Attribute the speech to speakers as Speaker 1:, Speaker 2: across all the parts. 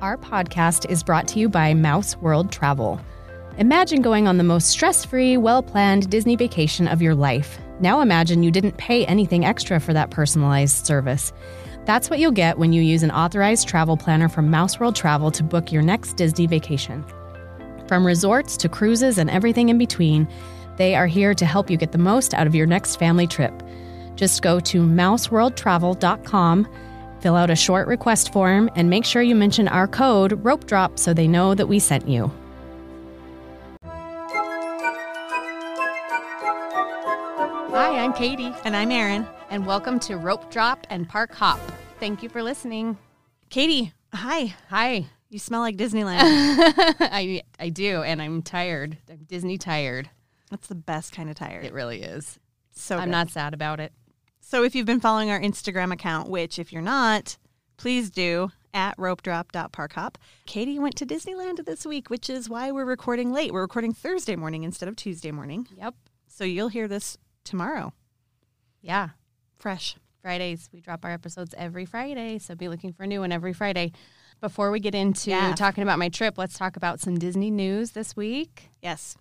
Speaker 1: Our podcast is brought to you by Mouse World Travel. Imagine going on the most stress free, well planned Disney vacation of your life. Now imagine you didn't pay anything extra for that personalized service. That's what you'll get when you use an authorized travel planner from Mouse World Travel to book your next Disney vacation. From resorts to cruises and everything in between, they are here to help you get the most out of your next family trip. Just go to mouseworldtravel.com, fill out a short request form, and make sure you mention our code rope drop so they know that we sent you. Hi, I'm Katie,
Speaker 2: And I'm Erin.
Speaker 1: and welcome to Rope Drop and Park Hop. Thank you for listening.
Speaker 2: Katie, hi.
Speaker 1: Hi.
Speaker 2: You smell like Disneyland.
Speaker 1: I I do, and I'm tired. I'm Disney tired.
Speaker 2: That's the best kind of tired.
Speaker 1: It really is.
Speaker 2: so
Speaker 1: I'm
Speaker 2: good.
Speaker 1: not sad about it.
Speaker 2: So if you've been following our Instagram account, which if you're not, please do at ropedrop.parkhop. Katie went to Disneyland this week, which is why we're recording late. We're recording Thursday morning instead of Tuesday morning.
Speaker 1: Yep.
Speaker 2: So you'll hear this tomorrow,
Speaker 1: Yeah.
Speaker 2: fresh.
Speaker 1: Fridays. We drop our episodes every Friday, so be looking for a new one every Friday. Before we get into
Speaker 2: Yeah.
Speaker 1: talking about my trip, let's talk about some Disney news this week,
Speaker 2: Yes.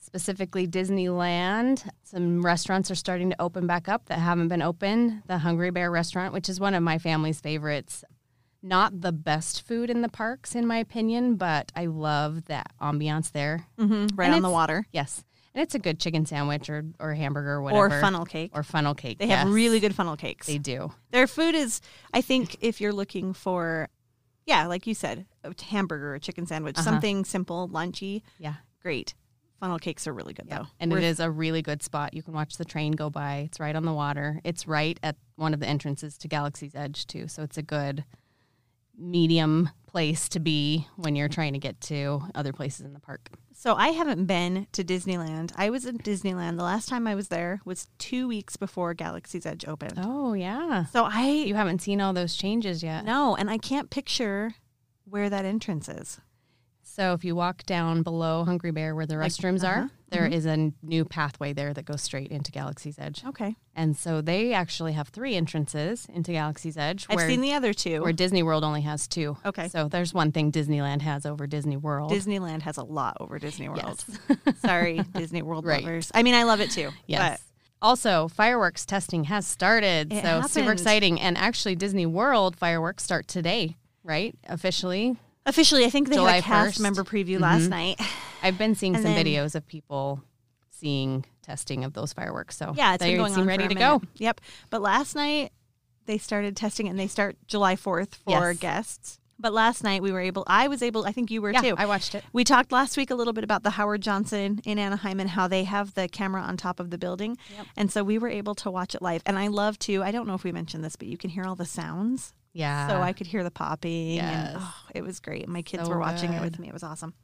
Speaker 1: specifically Disneyland. Some restaurants are starting to open back up that haven't been open. The Hungry Bear restaurant, which is one of my family's favorites. Not the best food in the parks, in my opinion, but I love that ambiance there.
Speaker 2: hmm
Speaker 1: Mm,
Speaker 2: Right
Speaker 1: And
Speaker 2: on the
Speaker 1: it's-
Speaker 2: water.
Speaker 1: Yes. And it's a good chicken sandwich or, or hamburger or
Speaker 2: Or
Speaker 1: whatever.
Speaker 2: funnel cake.
Speaker 1: Or funnel cake.
Speaker 2: they have
Speaker 1: yes.
Speaker 2: really good funnel cakes.
Speaker 1: They do.
Speaker 2: Their food is, I think, if you're looking for, yeah, like you said, a hamburger, a chicken sandwich,
Speaker 1: Uh-huh.
Speaker 2: something simple, lunchy,
Speaker 1: Yeah.
Speaker 2: great. Funnel cakes are really good
Speaker 1: Yeah.
Speaker 2: though.
Speaker 1: And
Speaker 2: Worth-
Speaker 1: it is a really good spot. You can watch the train go by. It's right on the water. It's right at one of the entrances to Galaxy's Edge, too. So it's a good medium place to be when you're trying to get to other places in the park.
Speaker 2: So I haven't been to Disneyland. I was in Disneyland. The last time I was there was two weeks before Galaxy's Edge opened.
Speaker 1: Oh, yeah.
Speaker 2: So I
Speaker 1: You haven't seen all those changes yet.
Speaker 2: no, and I can't picture where that entrance is.
Speaker 1: So if you walk down below Hungry Bear where the restrooms
Speaker 2: uh-huh.
Speaker 1: are,
Speaker 2: Mm-hmm.
Speaker 1: there is a new pathway there that goes straight into Galaxy's Edge.
Speaker 2: Okay.
Speaker 1: And so they actually have three entrances into Galaxy's Edge.
Speaker 2: I've seen the other two.
Speaker 1: where Disney World only has two.
Speaker 2: Okay.
Speaker 1: So there's one thing Disneyland has over Disney World.
Speaker 2: Disneyland has a lot over Disney World. Sorry, Disney World
Speaker 1: Right.
Speaker 2: lovers. I mean, I love it too.
Speaker 1: yes. also, fireworks testing has started.
Speaker 2: It
Speaker 1: so super
Speaker 2: happened.
Speaker 1: exciting. And actually, Disney World fireworks start today, right? Officially.
Speaker 2: But officially, I think they
Speaker 1: July Mm-hmm.
Speaker 2: had a cast
Speaker 1: 1st.
Speaker 2: member preview last night.
Speaker 1: I've been seeing
Speaker 2: And
Speaker 1: some
Speaker 2: then-
Speaker 1: videos of people seeing testing of those fireworks. So
Speaker 2: Yeah, it's
Speaker 1: they
Speaker 2: been going
Speaker 1: seem
Speaker 2: on.
Speaker 1: ready
Speaker 2: for a
Speaker 1: to go.
Speaker 2: minute. Yep. But last night they started testing it, and they start July fourth for
Speaker 1: Yes.
Speaker 2: guests. But last night we were able. I was able. I think you were
Speaker 1: Yeah,
Speaker 2: too.
Speaker 1: I watched it.
Speaker 2: We talked last week a little bit about the Howard Johnson in Anaheim and how they have the camera on top of the building, and so we were able to watch it live. And I love to. I don't know if we mentioned this, but you can hear all the sounds.
Speaker 1: Yeah.
Speaker 2: so I could hear the popping.
Speaker 1: Ah. Yes.
Speaker 2: And, oh, it was great. My kids
Speaker 1: So
Speaker 2: were watching it with me. It was awesome.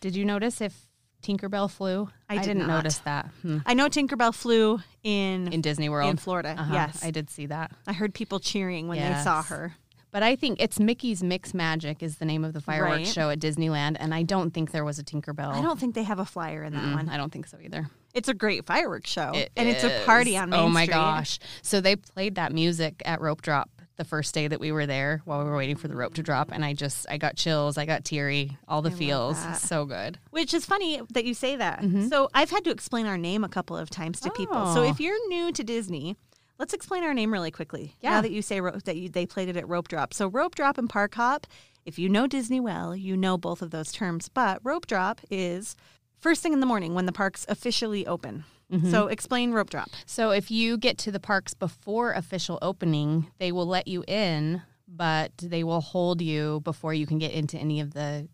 Speaker 1: Did you notice if Tinkerbell flew?
Speaker 2: I did
Speaker 1: not
Speaker 2: not.
Speaker 1: notice that. Hmm.
Speaker 2: I know Tinkerbell flew in
Speaker 1: In
Speaker 2: in,
Speaker 1: Disney World.
Speaker 2: Florida.
Speaker 1: Uh-huh.
Speaker 2: Yes,
Speaker 1: I
Speaker 2: I,
Speaker 1: did see that.
Speaker 2: heard people cheering when they
Speaker 1: Yes.
Speaker 2: saw her.
Speaker 1: But I think it's Mickey's Mix Magic is the name of the fireworks
Speaker 2: Right.
Speaker 1: show at Disneyland, and I don't think there was a Tinkerbell.
Speaker 2: I don't think they have a flyer in that
Speaker 1: Mm,
Speaker 2: one.
Speaker 1: I don't think so either.
Speaker 2: It's a great fireworks show,
Speaker 1: It
Speaker 2: and it's a party
Speaker 1: is.
Speaker 2: on Main
Speaker 1: Oh my
Speaker 2: Street.
Speaker 1: gosh! So they played that music at Rope Drop the first day that we were there while we were waiting for the rope to drop, and I just I got chills, I got teary, all the feels.
Speaker 2: that.
Speaker 1: So good.
Speaker 2: Which is funny that you say that. So I've had to explain our name a couple of times to people.
Speaker 1: Mm-hmm.
Speaker 2: So
Speaker 1: Oh.
Speaker 2: if you're new to Disney, let's explain our name really quickly. Now
Speaker 1: Yeah.
Speaker 2: that you say ro- that you, they played it at Rope Drop. So Rope Drop and Park Hop, if you know Disney well, you know both of those terms. But Rope Drop is first thing in the morning when the parks officially open.
Speaker 1: Mm-hmm.
Speaker 2: So explain Rope Drop.
Speaker 1: So if you get to the parks before official opening, they will let you in, but they will hold you before you can get into any of the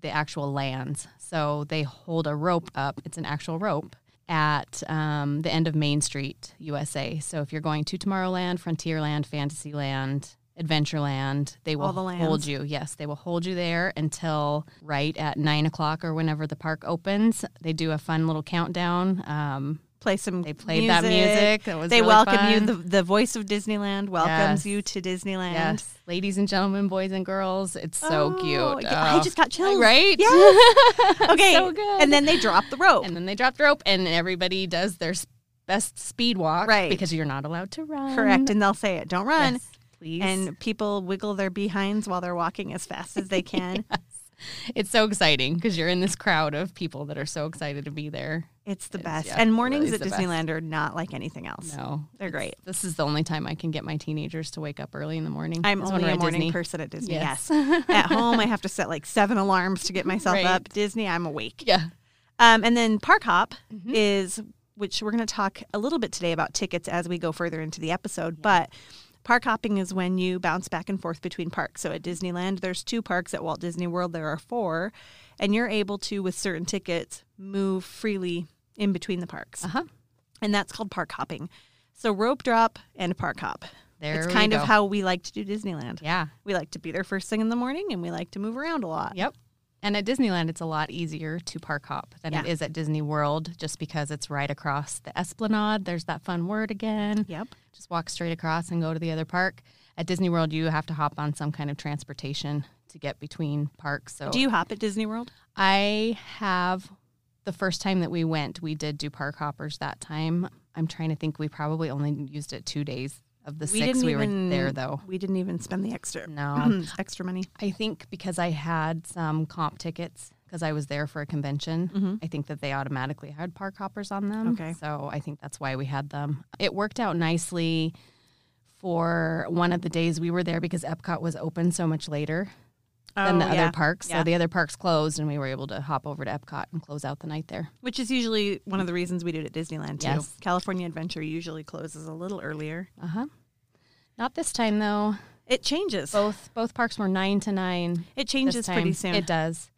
Speaker 1: the actual lands. So they hold a rope up. It's an actual rope at um, the end of Main Street, USA. So if you're going to Tomorrowland, Frontierland, Fantasyland, Adventureland. They will
Speaker 2: All the
Speaker 1: hold
Speaker 2: lands.
Speaker 1: you. Yes, they will hold you there until right at nine o'clock or whenever the park opens. They do a fun little countdown. Um,
Speaker 2: Play some.
Speaker 1: they played that music. That was
Speaker 2: They
Speaker 1: really
Speaker 2: welcome you.
Speaker 1: fun.
Speaker 2: The, the voice of Disneyland
Speaker 1: Yes.
Speaker 2: welcomes you to Disneyland.
Speaker 1: yes, ladies and gentlemen, boys and girls. It's so
Speaker 2: Oh,
Speaker 1: cute.
Speaker 2: yeah, I
Speaker 1: Oh.
Speaker 2: just got chills.
Speaker 1: right.
Speaker 2: Yeah. okay.
Speaker 1: So good.
Speaker 2: And then they drop the rope.
Speaker 1: and then they dropped rope, and everybody does their s- best speed walk,
Speaker 2: Right.
Speaker 1: Because you're not allowed to run.
Speaker 2: Correct. And they'll say it. Don't run.
Speaker 1: Yes, please.
Speaker 2: And people wiggle their behinds while they're walking as fast as they can.
Speaker 1: it's so exciting because you're in this crowd of people that are so excited to be there.
Speaker 2: It's the
Speaker 1: It's-
Speaker 2: best.
Speaker 1: yeah, it
Speaker 2: and mornings
Speaker 1: really
Speaker 2: at
Speaker 1: is the
Speaker 2: Disneyland are not like anything else.
Speaker 1: No,
Speaker 2: They're great.
Speaker 1: This is the only time I can get my teenagers to wake up early in the morning.
Speaker 2: I'm
Speaker 1: is when
Speaker 2: only
Speaker 1: we're
Speaker 2: a
Speaker 1: at
Speaker 2: morning
Speaker 1: Disney.
Speaker 2: person at Disney.
Speaker 1: Yes.
Speaker 2: Yes. at home, I have to set like seven alarms to get myself
Speaker 1: Right.
Speaker 2: up. Disney, I'm awake.
Speaker 1: Yeah.
Speaker 2: Um, and then Park Hop
Speaker 1: Mm-hmm.
Speaker 2: is, which we're going to talk a little bit today about tickets as we go further into the episode. But park hopping is when you bounce back and forth between parks. So at Disneyland, there's two parks. At Walt Disney World, there are four. And you're able to, with certain tickets, move freely in between the parks.
Speaker 1: Uh-huh.
Speaker 2: And that's called park hopping. So rope drop and park hop.
Speaker 1: There
Speaker 2: it's
Speaker 1: we
Speaker 2: kind
Speaker 1: go.
Speaker 2: of how we like to do Disneyland.
Speaker 1: Yeah.
Speaker 2: We like to be there first thing in the morning and we like to move around a lot.
Speaker 1: Yep. And at Disneyland, it's a lot easier to park hop than it
Speaker 2: Yeah.
Speaker 1: is at Disney World, just because it's right across the Esplanade. There's that fun word again.
Speaker 2: Yep.
Speaker 1: Just walk straight across and go to the other park. At Disney World, you have to hop on some kind of transportation to get between parks. So
Speaker 2: Do you hop at Disney World?
Speaker 1: I have the first time that we went, we did do park hoppers that time. I'm trying to think we probably only used it two days of the six we were there though.
Speaker 2: We didn't even spend the extra
Speaker 1: No.
Speaker 2: extra money.
Speaker 1: I think because I had some comp tickets because I was there for a convention, I think that they automatically had park hoppers on them.
Speaker 2: Mm-hmm. Okay.
Speaker 1: So I think that's why we had them. It worked out nicely for one of the days we were there because Epcot was open so much later than the
Speaker 2: Oh,
Speaker 1: other
Speaker 2: yeah.
Speaker 1: parks. So
Speaker 2: Yeah.
Speaker 1: the other parks closed and we were able to hop over to Epcot and close out the night there.
Speaker 2: Which is usually one of the reasons we do it at Disneyland too.
Speaker 1: Yes.
Speaker 2: California Adventure usually closes a little earlier.
Speaker 1: Uh huh. Not this time though.
Speaker 2: It changes.
Speaker 1: Both both parks were nine to nine.
Speaker 2: it
Speaker 1: this
Speaker 2: changes pretty
Speaker 1: time.
Speaker 2: soon.
Speaker 1: It does.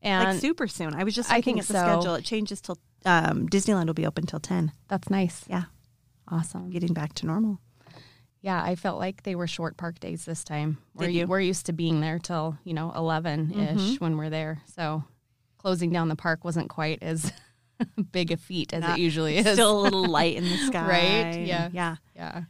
Speaker 1: And
Speaker 2: like super soon. I was just
Speaker 1: I
Speaker 2: looking
Speaker 1: think
Speaker 2: at the
Speaker 1: so.
Speaker 2: schedule. It changes till um, Disneyland will be open till ten.
Speaker 1: that's nice.
Speaker 2: Yeah,
Speaker 1: Awesome.
Speaker 2: getting back to normal.
Speaker 1: Yeah, I felt like they were short park days this time. We're,
Speaker 2: Did you? Mm-hmm.
Speaker 1: we're used to being there till, you know, 11 ish when we're there. So closing down the park wasn't quite as big a feat as
Speaker 2: Not-
Speaker 1: it usually
Speaker 2: It's
Speaker 1: is.
Speaker 2: Still a little light in the sky.
Speaker 1: Right? Yeah.
Speaker 2: Yeah.
Speaker 1: yeah.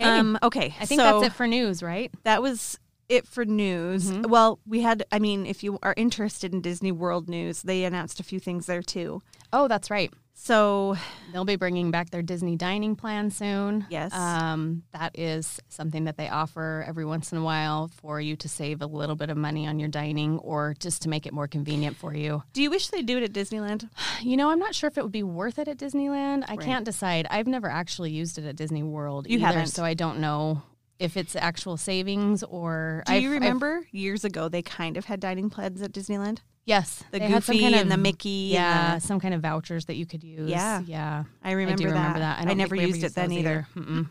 Speaker 2: Um, okay.
Speaker 1: I think
Speaker 2: so
Speaker 1: that's it for news, right?
Speaker 2: that was it for news.
Speaker 1: Mm-hmm.
Speaker 2: Well, we had, I mean, if you are interested in Disney World news, they announced a few things there too.
Speaker 1: Oh, that's right.
Speaker 2: So
Speaker 1: They'll be bringing back their Disney dining plan soon.
Speaker 2: Yes.
Speaker 1: Um, that is something that they offer every once in a while for you to save a little bit of money on your dining or just to make it more convenient for you.
Speaker 2: Do you wish they do it at Disneyland?
Speaker 1: You know, I'm not sure if it would be worth it at Disneyland. I can't decide. I've never actually used it at Disney World
Speaker 2: You
Speaker 1: either,
Speaker 2: haven't.
Speaker 1: so I don't know if it's actual savings or.
Speaker 2: Do
Speaker 1: I've-
Speaker 2: you
Speaker 1: I've-
Speaker 2: remember years ago they kind of had dining plans at Disneyland?
Speaker 1: yes,
Speaker 2: The
Speaker 1: they had some
Speaker 2: Goofy
Speaker 1: kind
Speaker 2: and
Speaker 1: of-
Speaker 2: the Mickey and
Speaker 1: Yeah,
Speaker 2: the-
Speaker 1: some kind of vouchers that you could use.
Speaker 2: Yeah.
Speaker 1: yeah.
Speaker 2: I remember
Speaker 1: I do
Speaker 2: that.
Speaker 1: remember that.
Speaker 2: I,
Speaker 1: don't think
Speaker 2: never
Speaker 1: we ever
Speaker 2: used it then
Speaker 1: those
Speaker 2: either.
Speaker 1: Mm-mm.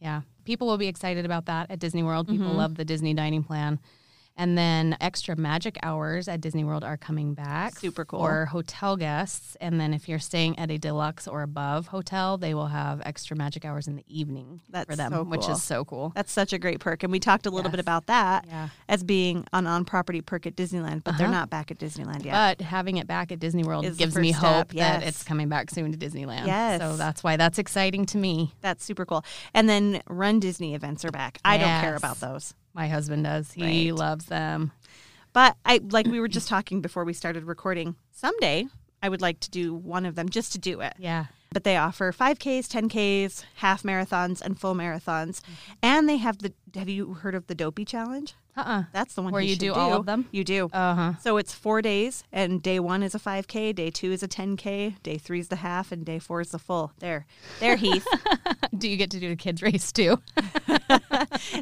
Speaker 1: yeah, people will be excited about that at Disney World. People
Speaker 2: Mm-hmm.
Speaker 1: love the Disney dining plan. And then extra magic hours at Disney World are coming back.
Speaker 2: Super cool.
Speaker 1: For hotel guests. And then if you're staying at a deluxe or above hotel, they will have extra magic hours in the evening for
Speaker 2: That's
Speaker 1: them,
Speaker 2: so
Speaker 1: which
Speaker 2: cool.
Speaker 1: is so cool.
Speaker 2: That's such a great perk. And we talked a little bit
Speaker 1: Yes.
Speaker 2: about that
Speaker 1: Yeah.
Speaker 2: as being an on property perk at Disneyland, but they're
Speaker 1: Uh-huh.
Speaker 2: not back at Disneyland yet.
Speaker 1: But having it back at Disney World
Speaker 2: Is the
Speaker 1: gives me
Speaker 2: first
Speaker 1: hope
Speaker 2: step, yes.
Speaker 1: that it's coming back soon to Disneyland.
Speaker 2: Yes.
Speaker 1: So that's why that's exciting to me.
Speaker 2: That's super cool. And then run Disney events are back. I don't care
Speaker 1: Yes.
Speaker 2: about those.
Speaker 1: My husband does. He
Speaker 2: Right.
Speaker 1: loves them.
Speaker 2: But I like we were just talking before we started recording. Someday I would like to do one of them just to do it.
Speaker 1: Yeah.
Speaker 2: But they offer 5Ks, 10Ks, half marathons, and full marathons.
Speaker 1: Mm-hmm.
Speaker 2: And they have the have you heard of the Dopey Challenge?
Speaker 1: Uh uh
Speaker 2: That's the one
Speaker 1: Where
Speaker 2: he
Speaker 1: you
Speaker 2: should
Speaker 1: do all of them?
Speaker 2: You do.
Speaker 1: Uh huh.
Speaker 2: so it's four days, and day one is a 5K, day two is a 10K, day three is the half, and day four is the full. There, there, Heath.
Speaker 1: Do you get to do the kids' race too?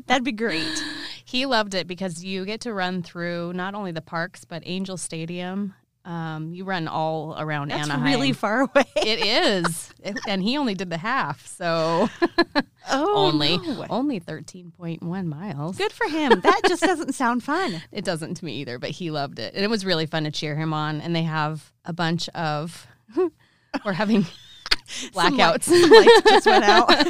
Speaker 2: That'd be great.
Speaker 1: He loved it because you get to run through not only the parks but Angel Stadium. Um, you run all around
Speaker 2: That's
Speaker 1: Anaheim.
Speaker 2: really far away.
Speaker 1: it is, It- and he only did the half, so
Speaker 2: Oh,
Speaker 1: only
Speaker 2: no.
Speaker 1: only thirteen point one miles.
Speaker 2: good for him. That just doesn't sound fun.
Speaker 1: It doesn't to me either, but he loved it, and it was really fun to cheer him on. And they have a bunch of we're having blackouts.
Speaker 2: Some lights, just went out.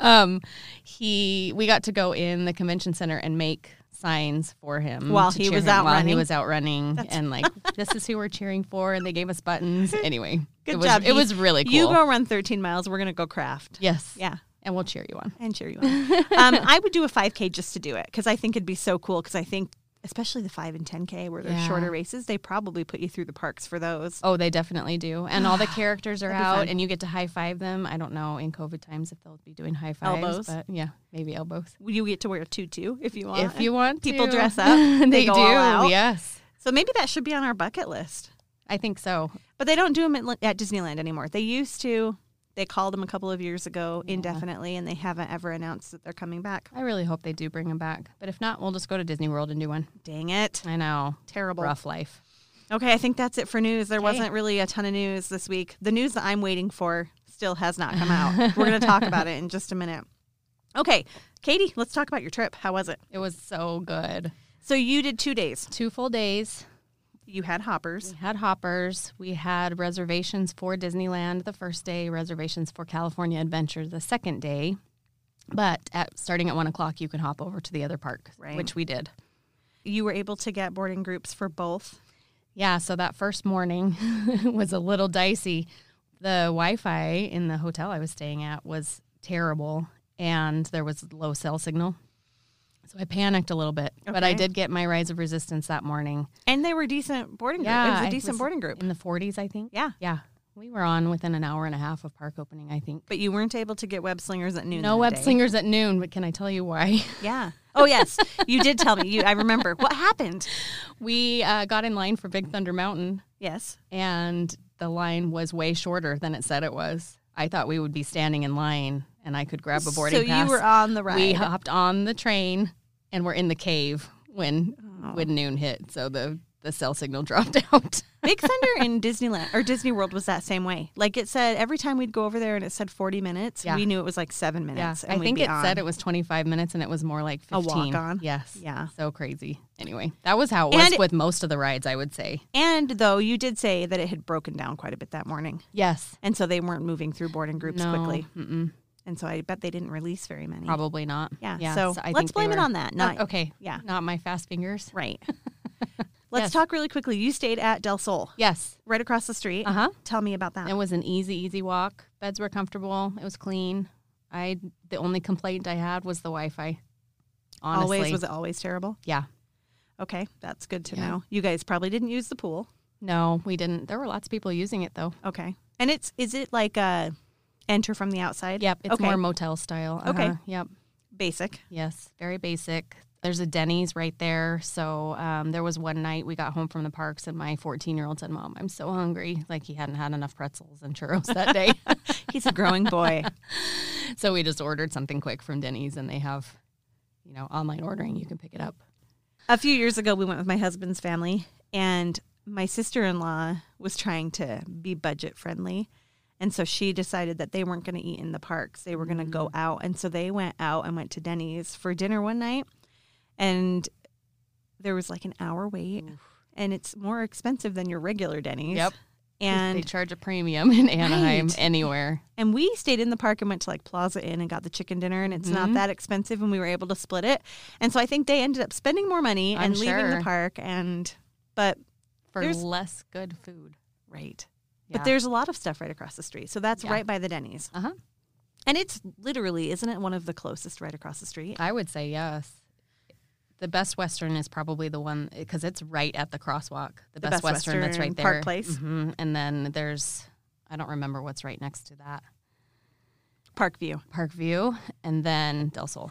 Speaker 1: um, he we got to go in the convention center and make signs for him
Speaker 2: While
Speaker 1: to
Speaker 2: he
Speaker 1: cheer
Speaker 2: was
Speaker 1: him
Speaker 2: out
Speaker 1: while he
Speaker 2: running.
Speaker 1: was out running and like this is who we're cheering for and they gave us buttons anyway
Speaker 2: Good
Speaker 1: it was
Speaker 2: job,
Speaker 1: it
Speaker 2: Heath.
Speaker 1: was really cool
Speaker 2: You go run 13 miles. We're gonna go craft.
Speaker 1: yes
Speaker 2: Yeah.
Speaker 1: and we'll cheer you on
Speaker 2: and cheer you on. um, I would do a 5K just to do it because I think it'd be so cool. Because I think, especially the 5 and 10K, where they're
Speaker 1: Yeah.
Speaker 2: shorter races, they probably put you through the parks for those.
Speaker 1: oh they definitely do and all the characters are
Speaker 2: That'd be
Speaker 1: out
Speaker 2: fun.
Speaker 1: and you get to high five them I don't know in COVID times if they'll be doing high fives
Speaker 2: Elbows.
Speaker 1: but yeah maybe elbows
Speaker 2: You get to wear a tutu if you want.
Speaker 1: if you want
Speaker 2: people
Speaker 1: to.
Speaker 2: dress up,
Speaker 1: they,
Speaker 2: they go
Speaker 1: do
Speaker 2: all out.
Speaker 1: yes
Speaker 2: So maybe that should be on our bucket list.
Speaker 1: I think so
Speaker 2: But they don't do them at, at Disneyland anymore. They used to. They called them a couple of years ago indefinitely, and they haven't ever announced that they're coming back.
Speaker 1: I really hope they do bring them back but if not we'll just go to Disney World and do one
Speaker 2: Dang it.
Speaker 1: I know
Speaker 2: Terrible.
Speaker 1: rough life.
Speaker 2: Okay, I think that's it for news. There wasn't really a ton of news this week. The news that I'm waiting for still has not come out. We're going to talk about it in just a minute. Okay, Katie, let's talk about your trip. How was it?
Speaker 1: It was so good.
Speaker 2: So you did two days.
Speaker 1: Two full days.
Speaker 2: You had hoppers.
Speaker 1: We had hoppers. We had reservations for Disneyland the first day, reservations for California Adventure the second day. But at, starting at one o'clock, you can hop over to the other park,
Speaker 2: Right.
Speaker 1: which we did.
Speaker 2: You were able to get boarding groups for both.
Speaker 1: Yeah, so that first morning was a little dicey. The Wi Fi in the hotel I was staying at was terrible and there was low cell signal. So I panicked a little bit, but I
Speaker 2: Okay.
Speaker 1: did get my Rise of Resistance that morning.
Speaker 2: And they were decent boarding group. It was
Speaker 1: I
Speaker 2: a decent
Speaker 1: was
Speaker 2: boarding group.
Speaker 1: in the 40s, I think.
Speaker 2: Yeah.
Speaker 1: Yeah. We were on within an hour and a half of park opening, I think.
Speaker 2: But you weren't able to get web slingers at noon.
Speaker 1: No
Speaker 2: that
Speaker 1: web
Speaker 2: day.
Speaker 1: slingers at noon, but can I tell you why?
Speaker 2: Yeah. Oh yes, you did tell me. You, I remember what happened.
Speaker 1: We uh, got in line for Big Thunder Mountain,
Speaker 2: Yes.
Speaker 1: and the line was way shorter than it said it was. I thought we would be standing in line, and I could grab a boarding
Speaker 2: so
Speaker 1: pass.
Speaker 2: you were on the ride.
Speaker 1: we hopped on the train, and we're in the cave when
Speaker 2: Oh.
Speaker 1: when noon hit. So the the cell signal dropped out.
Speaker 2: Big Thunder in Disneyland or Disney World was that same way. Like it said, every time we'd go over there and it said 40 minutes,
Speaker 1: Yeah.
Speaker 2: we knew it was like seven
Speaker 1: Yeah,
Speaker 2: minutes.
Speaker 1: I think it said it was 25 minutes and it was more like 15.
Speaker 2: A walk-on?
Speaker 1: Yes.
Speaker 2: Yeah.
Speaker 1: So crazy. Anyway, that was how it was
Speaker 2: And-
Speaker 1: with most of the rides, I would say.
Speaker 2: And though you did say that it had broken down quite a bit that morning.
Speaker 1: Yes.
Speaker 2: And so they weren't moving through boarding groups
Speaker 1: No,
Speaker 2: quickly.
Speaker 1: Mm-mm,
Speaker 2: And so I bet they didn't release very many.
Speaker 1: probably not.
Speaker 2: Yeah, so let's
Speaker 1: think they
Speaker 2: blame it
Speaker 1: were- Oh,
Speaker 2: on that,
Speaker 1: Not,
Speaker 2: not-
Speaker 1: okay.
Speaker 2: yeah.
Speaker 1: Not my fast fingers.
Speaker 2: Right. Let's
Speaker 1: Yes.
Speaker 2: talk really quickly. You stayed at Del Sol,
Speaker 1: Yes.
Speaker 2: right across the street.
Speaker 1: Uh huh.
Speaker 2: Tell me about that.
Speaker 1: It was an easy, easy walk. Beds were comfortable. It was clean. I the only complaint I had was the Wi-Fi. Honestly,
Speaker 2: Always was it always terrible?
Speaker 1: yeah.
Speaker 2: Okay, that's good to
Speaker 1: Yeah.
Speaker 2: know. You guys probably didn't use the pool.
Speaker 1: No, we didn't. There were lots of people using it though.
Speaker 2: Okay. And it's is it like a enter from the outside?
Speaker 1: Yep, it's
Speaker 2: okay.
Speaker 1: more motel style.
Speaker 2: Okay.
Speaker 1: Uh-huh, Yep.
Speaker 2: basic.
Speaker 1: Yes, very basic. There's a Denny's right there. So um, there was one night we got home from the parks, and my 14 year old said, Mom, I'm so hungry. Like he hadn't had enough pretzels and churros that day.
Speaker 2: He's a growing boy.
Speaker 1: so we just ordered something quick from Denny's, and they have, you know, online ordering. You can pick it up.
Speaker 2: a few years ago we went with my husband's family and my sister-in-law was trying to be budget friendly and so she decided that they weren't going to eat in the parks they were going to go
Speaker 1: Mm.
Speaker 2: out and so they went out and went to denny's for dinner one night and there was like an hour wait and it's more expensive than your regular denny's
Speaker 1: Yep. And they
Speaker 2: and
Speaker 1: charge a premium in Anaheim
Speaker 2: Right.
Speaker 1: anywhere.
Speaker 2: and we stayed in the park and went to like Plaza Inn and got the chicken dinner, and it's
Speaker 1: Mm-hmm.
Speaker 2: not that expensive, and we were able to split it. And so I think they ended up spending more money
Speaker 1: I'm
Speaker 2: and leaving
Speaker 1: sure.
Speaker 2: the park. And but
Speaker 1: For
Speaker 2: There's-
Speaker 1: less good food.
Speaker 2: right,
Speaker 1: Yeah.
Speaker 2: but there's a lot of stuff right across the street, so that's
Speaker 1: Yeah.
Speaker 2: right by the Denny's,
Speaker 1: Uh huh.
Speaker 2: and it's literally isn't it one of the closest right across the street?
Speaker 1: I would say yes. The Best Western is probably the one because it's right at the crosswalk. The, Best,
Speaker 2: Best
Speaker 1: Western, that's
Speaker 2: Western,
Speaker 1: right there.
Speaker 2: Park Place.
Speaker 1: hmm And then there's, I don't remember what's right next to that,
Speaker 2: Park View.
Speaker 1: Park View, and then Del Sol.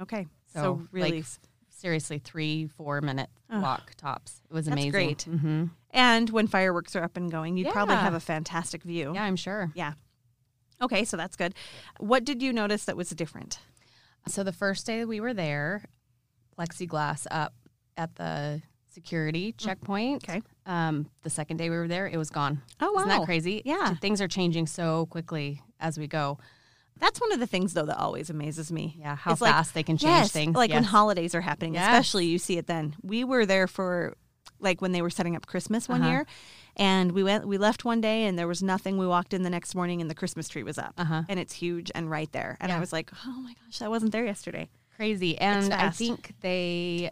Speaker 2: Okay, so,
Speaker 1: So,
Speaker 2: really,
Speaker 1: like, Seriously, three, four minute
Speaker 2: Ugh.
Speaker 1: walk tops. It was
Speaker 2: That's
Speaker 1: amazing.
Speaker 2: great.
Speaker 1: hmm
Speaker 2: and when fireworks are up and going, you'd probably
Speaker 1: Yeah.
Speaker 2: have a fantastic view.
Speaker 1: Yeah, I'm sure.
Speaker 2: yeah. Okay, so that's good. What did you notice that was different?
Speaker 1: So the first day we were there, plexiglass up at the security checkpoint.
Speaker 2: Mm. Okay.
Speaker 1: Um, the second day we were there, it was gone.
Speaker 2: Oh
Speaker 1: Isn't that crazy?
Speaker 2: Yeah.
Speaker 1: Things are changing so quickly as we go.
Speaker 2: That's one of the things, though, that always amazes me.
Speaker 1: Yeah, how
Speaker 2: It's like,
Speaker 1: fast they can change
Speaker 2: yes,
Speaker 1: things.
Speaker 2: like when
Speaker 1: Yes.
Speaker 2: holidays are happening,
Speaker 1: Yes.
Speaker 2: especially you see it then. We were there for like when they were setting up Christmas one
Speaker 1: Uh-huh.
Speaker 2: year, And we went we left one day and there was nothing. We walked in the next morning and the Christmas tree was up.
Speaker 1: Uh-huh.
Speaker 2: And it's huge and right there. And
Speaker 1: Yeah.
Speaker 2: I was like, "Oh my gosh, that wasn't there yesterday."
Speaker 1: Crazy. And I
Speaker 2: fast.
Speaker 1: think they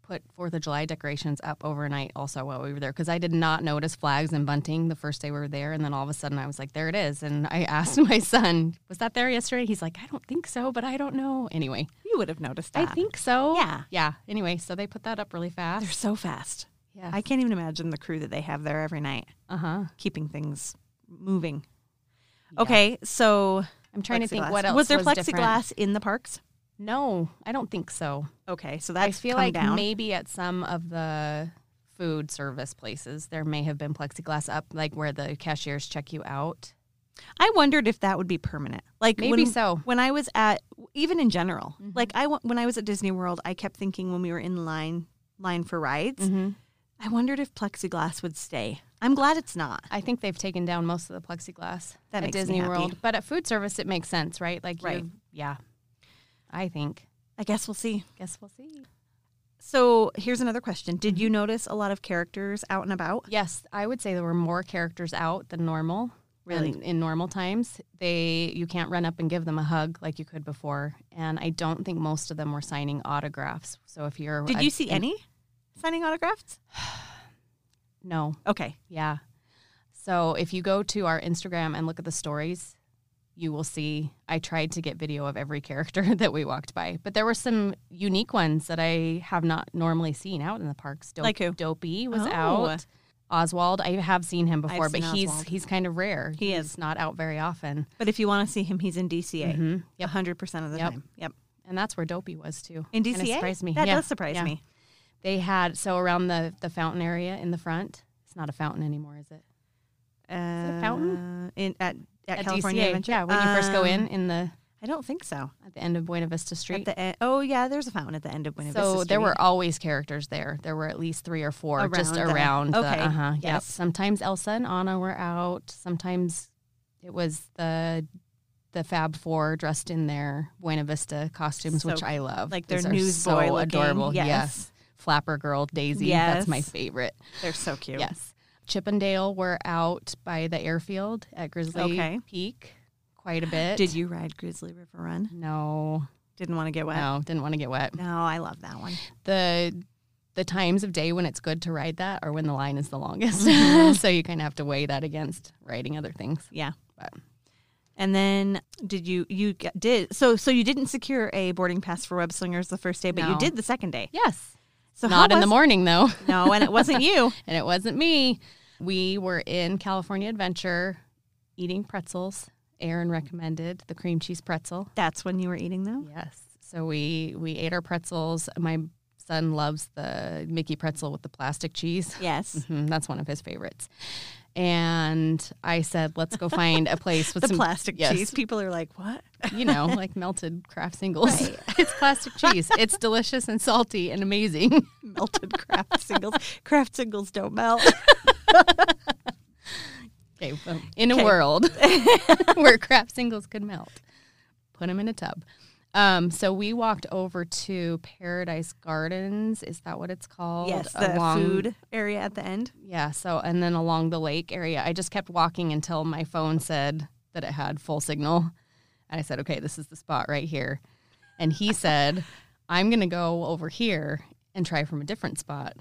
Speaker 1: put Fourth of July decorations up overnight also while we were there because I did not notice flags and bunting the first day we were there. And then all of a sudden I was like, there it is. And I asked my son, was that there yesterday? He's like, I don't think so, but I don't know. Anyway,
Speaker 2: You would have noticed
Speaker 1: I
Speaker 2: that.
Speaker 1: think so.
Speaker 2: Yeah.
Speaker 1: Yeah. Anyway, so they put that up really fast.
Speaker 2: they're so fast.
Speaker 1: yeah.
Speaker 2: I can't even imagine the crew that they have there every night
Speaker 1: uh huh.
Speaker 2: keeping things moving. Okay, so
Speaker 1: I'm trying to think
Speaker 2: plexiglass.
Speaker 1: what else
Speaker 2: was there
Speaker 1: different.
Speaker 2: plexiglass in the parks?
Speaker 1: No, I don't think so.
Speaker 2: Okay, so that's
Speaker 1: I feel
Speaker 2: come
Speaker 1: like
Speaker 2: down.
Speaker 1: maybe at some of the food service places there may have been plexiglass up, like where the cashiers check you out.
Speaker 2: I wondered if that would be permanent. Like
Speaker 1: Maybe
Speaker 2: when,
Speaker 1: so. Mm-hmm.
Speaker 2: When I was at, even in general, like I wa- when I was at Disney World, I kept thinking when we were in line line for rides,
Speaker 1: Mm-hmm.
Speaker 2: I wondered if plexiglass would stay. I'm glad it's not.
Speaker 1: I think they've taken down most of the plexiglass
Speaker 2: That
Speaker 1: at
Speaker 2: makes me
Speaker 1: Disney
Speaker 2: happy.
Speaker 1: World, but at food service it makes sense, right? Like,
Speaker 2: Right.
Speaker 1: you- yeah, I think.
Speaker 2: I guess we'll see.
Speaker 1: Guess we'll see.
Speaker 2: So here's another question: Did
Speaker 1: Mm-hmm.
Speaker 2: you notice a lot of characters out and about?
Speaker 1: Yes, I would say there were more characters out than normal.
Speaker 2: Really?
Speaker 1: in, in normal times, they you can't run up and give them a hug like you could before, and I don't think most of them were signing autographs. So if you're,
Speaker 2: Did
Speaker 1: a-
Speaker 2: you see
Speaker 1: an-
Speaker 2: any signing autographs?
Speaker 1: No,
Speaker 2: Okay,
Speaker 1: yeah. So if you go to our Instagram and look at the stories, you will see I tried to get video of every character that we walked by, but there were some unique ones that I have not normally seen out in the parks. Dope,
Speaker 2: Like who?
Speaker 1: Dopey was
Speaker 2: Oh.
Speaker 1: out. Oswald, I have seen him before, but
Speaker 2: seen
Speaker 1: he's
Speaker 2: Oswald.
Speaker 1: he's kind of rare.
Speaker 2: He
Speaker 1: he's
Speaker 2: is.
Speaker 1: not out very often.
Speaker 2: but if you want to see him, he's in DCA.
Speaker 1: Mhm. Yep.
Speaker 2: hundred percent of the
Speaker 1: Yep.
Speaker 2: time. Yep.
Speaker 1: And that's where Dopey was too.
Speaker 2: In
Speaker 1: Kinda
Speaker 2: DCA,
Speaker 1: surprised me.
Speaker 2: That
Speaker 1: Yeah,
Speaker 2: does surprise
Speaker 1: yeah.
Speaker 2: me.
Speaker 1: They had so around the the fountain area in the front. It's not a fountain anymore, is it?
Speaker 2: Uh,
Speaker 1: it a fountain?
Speaker 2: in at at,
Speaker 1: At
Speaker 2: California
Speaker 1: DCA.
Speaker 2: Adventure.
Speaker 1: Yeah, when you first go in
Speaker 2: Um,
Speaker 1: in the
Speaker 2: I don't think so.
Speaker 1: at the end of Buena Vista Street.
Speaker 2: At the end, oh yeah, there's a fountain at the end of Buena
Speaker 1: so
Speaker 2: Vista
Speaker 1: there
Speaker 2: Street.
Speaker 1: were always characters there. There were at least three or four just
Speaker 2: Around the-
Speaker 1: around. The,
Speaker 2: okay,
Speaker 1: uh-huh, yep.
Speaker 2: yes.
Speaker 1: Sometimes Elsa and Anna were out. Sometimes it was the the Fab Four dressed in their Buena Vista costumes,
Speaker 2: So
Speaker 1: which I love.
Speaker 2: like their
Speaker 1: These are
Speaker 2: newsboy
Speaker 1: so
Speaker 2: looking,
Speaker 1: adorable.
Speaker 2: yes.
Speaker 1: Flapper Girl Daisy. That's my
Speaker 2: Yes.
Speaker 1: favorite.
Speaker 2: they're so cute.
Speaker 1: Yes. Chippendale were out by the airfield at Grizzly
Speaker 2: Okay.
Speaker 1: Peak quite a bit.
Speaker 2: Did you ride Grizzly River Run?
Speaker 1: No,
Speaker 2: Didn't want to get wet.
Speaker 1: no, didn't want to get wet.
Speaker 2: No, I love that one.
Speaker 1: the the times of day when it's good to ride that or when the line is the longest.
Speaker 2: Mm-hmm.
Speaker 1: so you kind of have to weigh that against riding other things.
Speaker 2: Yeah.
Speaker 1: But
Speaker 2: And then did you you g- did so so you didn't secure a boarding pass for Web Slingers the first day, but
Speaker 1: No.
Speaker 2: you did the second day.
Speaker 1: yes,
Speaker 2: So how
Speaker 1: not in the
Speaker 2: was-
Speaker 1: morning though.
Speaker 2: No, and it wasn't you.
Speaker 1: and it wasn't me. We were in California Adventure eating pretzels. Aaron recommended the cream cheese pretzel.
Speaker 2: That's when you were eating them.
Speaker 1: Yes. So we we ate our pretzels. My son loves the Mickey pretzel with the plastic cheese.
Speaker 2: Yes.
Speaker 1: Mhm, that's one of his favorites. And I said, let's go find a place with
Speaker 2: The
Speaker 1: some
Speaker 2: plastic
Speaker 1: yes,
Speaker 2: cheese. People are like, "What?"
Speaker 1: you know, like melted craft singles. it's plastic cheese. It's delicious and salty and amazing.
Speaker 2: Melted craft singles. Craft singles don't melt.
Speaker 1: Okay, well, in a
Speaker 2: Okay.
Speaker 1: world where craft singles could melt, put them in a tub. Um, so we walked over to Paradise Gardens. Is that what it's called?
Speaker 2: Yes, the
Speaker 1: Along-
Speaker 2: food area at the end.
Speaker 1: Yeah. So, and then along the lake area, I just kept walking until my phone said that it had full signal. And I said, okay, this is the spot right here. And he said, I'm going to go over here and try from a different spot.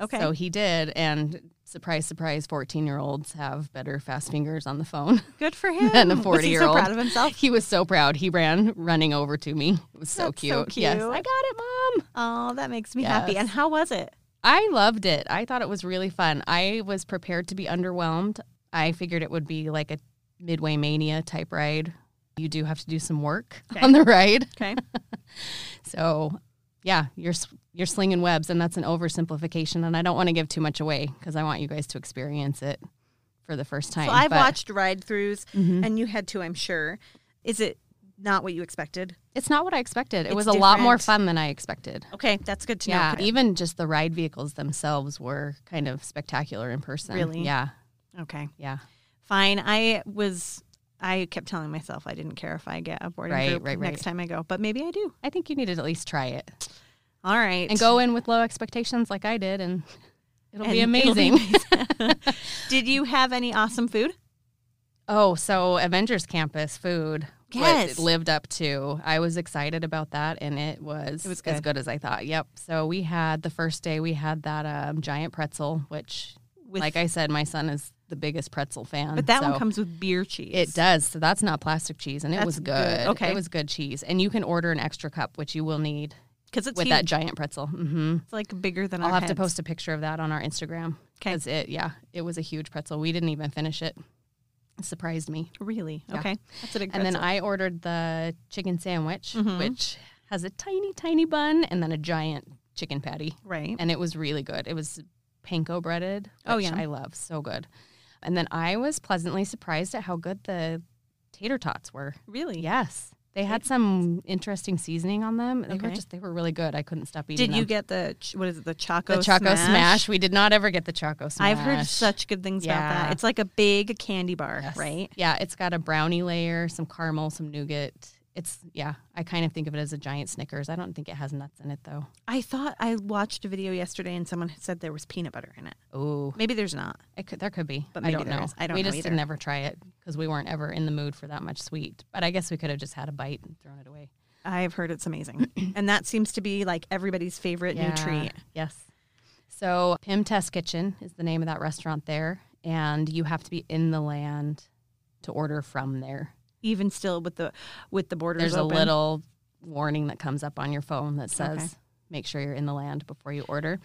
Speaker 2: Okay.
Speaker 1: So he did. And surprise, surprise, 14 year olds have better fast fingers on the phone
Speaker 2: Good for him.
Speaker 1: than a
Speaker 2: Hmm, Was
Speaker 1: 40
Speaker 2: he
Speaker 1: year old.
Speaker 2: So proud of himself.
Speaker 1: He was so proud. He ran running over to me. It was so,
Speaker 2: That's
Speaker 1: cute.
Speaker 2: so
Speaker 1: Yes.
Speaker 2: cute.
Speaker 1: I got it, mom.
Speaker 2: Oh, that makes me happy.
Speaker 1: Yes.
Speaker 2: And how was it?
Speaker 1: I loved it. I thought it was really fun. I was prepared to be underwhelmed. I figured it would be like a Midway Mania type ride. You do have to do some work
Speaker 2: Okay.
Speaker 1: on the ride.
Speaker 2: Okay.
Speaker 1: So, yeah, you're s- you're slinging webs and that's an oversimplification and I don't want to give too much away cuz I want you guys to experience it for the first time.
Speaker 2: So I've
Speaker 1: But Mm-hmm.
Speaker 2: watched ride throughs, and you had to, I'm sure. Is it not what you expected?
Speaker 1: It's not what I expected. It
Speaker 2: It's
Speaker 1: was a lot more
Speaker 2: different.
Speaker 1: fun than I expected.
Speaker 2: Okay, that's good to
Speaker 1: yeah,
Speaker 2: know.
Speaker 1: even just the ride vehicles themselves were kind of spectacular in person.
Speaker 2: Really?
Speaker 1: Yeah.
Speaker 2: Okay,
Speaker 1: Yeah.
Speaker 2: fine. I was. I kept telling myself I didn't care if I get a boarding
Speaker 1: Right,
Speaker 2: group
Speaker 1: right,
Speaker 2: next
Speaker 1: right.
Speaker 2: time I go, but maybe I do.
Speaker 1: I think you need to at least try it.
Speaker 2: All right,
Speaker 1: and go in with low expectations like I did and It'll be
Speaker 2: and
Speaker 1: amazing.
Speaker 2: amazing. Did you have any awesome food?
Speaker 1: Oh, so Avengers Campus food. what
Speaker 2: Yes.
Speaker 1: it lived up to. I was excited about that, and it was,
Speaker 2: It was
Speaker 1: as
Speaker 2: good.
Speaker 1: good as I thought. Yep. So we had the first day we had that um, giant pretzel, which,
Speaker 2: With,
Speaker 1: like I said, my son is the biggest pretzel fan.
Speaker 2: but that
Speaker 1: Mm, so-
Speaker 2: one comes with beer cheese.
Speaker 1: It does. So that's not plastic cheese, and it
Speaker 2: That's
Speaker 1: was good.
Speaker 2: good. Okay.
Speaker 1: It was good cheese, and you can order an extra cup, which you will need
Speaker 2: because it's
Speaker 1: with
Speaker 2: huge.
Speaker 1: that giant pretzel. hmm
Speaker 2: It's like bigger than
Speaker 1: I'll
Speaker 2: our
Speaker 1: have to
Speaker 2: heads.
Speaker 1: post a picture of that on our Instagram.
Speaker 2: 'Kay.
Speaker 1: Because it, yeah, it was a huge pretzel. We didn't even finish it. It surprised me.
Speaker 2: Really?
Speaker 1: Yeah.
Speaker 2: Okay, that's a big.
Speaker 1: And then
Speaker 2: pretzel.
Speaker 1: I ordered the chicken sandwich,
Speaker 2: Mhm.
Speaker 1: which has a tiny, tiny bun and then a giant chicken patty.
Speaker 2: right.
Speaker 1: And it was really good. It was panko breaded.
Speaker 2: Oh,
Speaker 1: which
Speaker 2: yeah.
Speaker 1: I love. So good. And then I was pleasantly surprised at how good the tater tots were.
Speaker 2: Really?
Speaker 1: Yes. They had some interesting seasoning on them. They were
Speaker 2: Okay.
Speaker 1: just they were really good. I couldn't stop eating
Speaker 2: Did you
Speaker 1: them.
Speaker 2: get the ch- what is it? The choco.
Speaker 1: the Choco smash? We did not ever get the Choco Smash.
Speaker 2: I've heard such good things about
Speaker 1: Yeah.
Speaker 2: that. It's like a big candy bar,
Speaker 1: Yes.
Speaker 2: right?
Speaker 1: Yeah, it's got a brownie layer, some caramel, some nougat. It's yeah, I kind of think of it as a giant Snickers. I don't think it has nuts in it though.
Speaker 2: I thought I watched a video yesterday and someone had said there was peanut butter in it.
Speaker 1: Ooh,
Speaker 2: Maybe there's not.
Speaker 1: it could, there could be,
Speaker 2: But
Speaker 1: I
Speaker 2: maybe
Speaker 1: don't
Speaker 2: there
Speaker 1: know.
Speaker 2: is. I don't
Speaker 1: we
Speaker 2: know
Speaker 1: just
Speaker 2: either.
Speaker 1: didn't ever try it because we weren't ever in the mood for that much sweet. But I guess we could have just had a bite and thrown it away.
Speaker 2: I've heard it's amazing, and that seems to be like everybody's favorite new treat.
Speaker 1: Yes. So Pim Test Kitchen is the name of that restaurant there, and you have to be in the land to order from there.
Speaker 2: Even still with the with the borders
Speaker 1: There's
Speaker 2: open.
Speaker 1: a little warning that comes up on your phone that says
Speaker 2: Okay.
Speaker 1: make sure you're in the land before you order.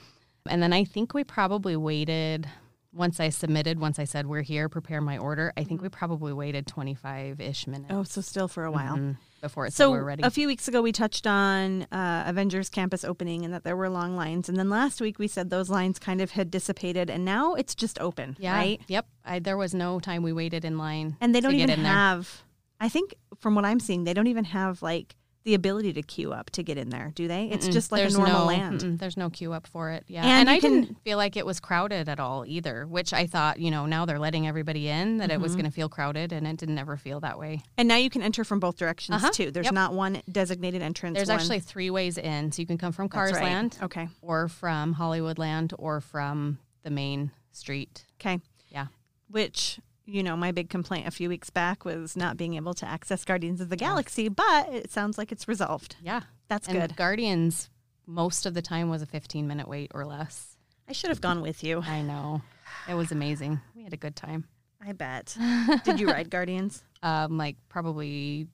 Speaker 1: And then I think we probably waited once I submitted, once I said we're here, prepare my order. I think we probably waited 25 ish minutes
Speaker 2: Mm-hmm. Oh, so still for a while.
Speaker 1: mhm, before it said
Speaker 2: So
Speaker 1: we're ready.
Speaker 2: a few weeks ago, we touched on uh, Avengers Campus opening and that there were long lines. And then last week, we said those lines kind of had dissipated, and now it's just open,
Speaker 1: yeah.
Speaker 2: right?
Speaker 1: Yep. I, there was no time we waited in line.
Speaker 2: And they don't
Speaker 1: to
Speaker 2: even
Speaker 1: get in there.
Speaker 2: have. I think from what I'm seeing, they don't even have like the ability to queue up to get in there, do they? It's
Speaker 1: Mm-mm.
Speaker 2: just like
Speaker 1: There's
Speaker 2: a normal
Speaker 1: no-
Speaker 2: land.
Speaker 1: mm-mm, there's no queue up for it. Yeah. And,
Speaker 2: And you
Speaker 1: I
Speaker 2: can-
Speaker 1: didn't feel like it was crowded at all either, which I thought, you know, now they're letting everybody in that it
Speaker 2: Mm-hmm.
Speaker 1: was going to feel crowded and it didn't ever feel that way.
Speaker 2: And now you can enter from both directions
Speaker 1: Uh-huh.
Speaker 2: too. There's
Speaker 1: Yep.
Speaker 2: not one designated entrance.
Speaker 1: There's
Speaker 2: one-
Speaker 1: actually three ways in. So you can come from
Speaker 2: That's
Speaker 1: Cars
Speaker 2: right.
Speaker 1: Land
Speaker 2: Okay.
Speaker 1: or from Hollywood Land or from the main street.
Speaker 2: Okay.
Speaker 1: Yeah.
Speaker 2: Which, you know, my big complaint a few weeks back was not being able to access Guardians of the Galaxy, but it sounds like it's resolved.
Speaker 1: Yeah.
Speaker 2: That's
Speaker 1: and
Speaker 2: good.
Speaker 1: Guardians most of the time was a 15 minute wait or less.
Speaker 2: I should have gone with you.
Speaker 1: I know. It was amazing. We had a good time.
Speaker 2: I bet. Did you ride Guardians?
Speaker 1: Um, like probably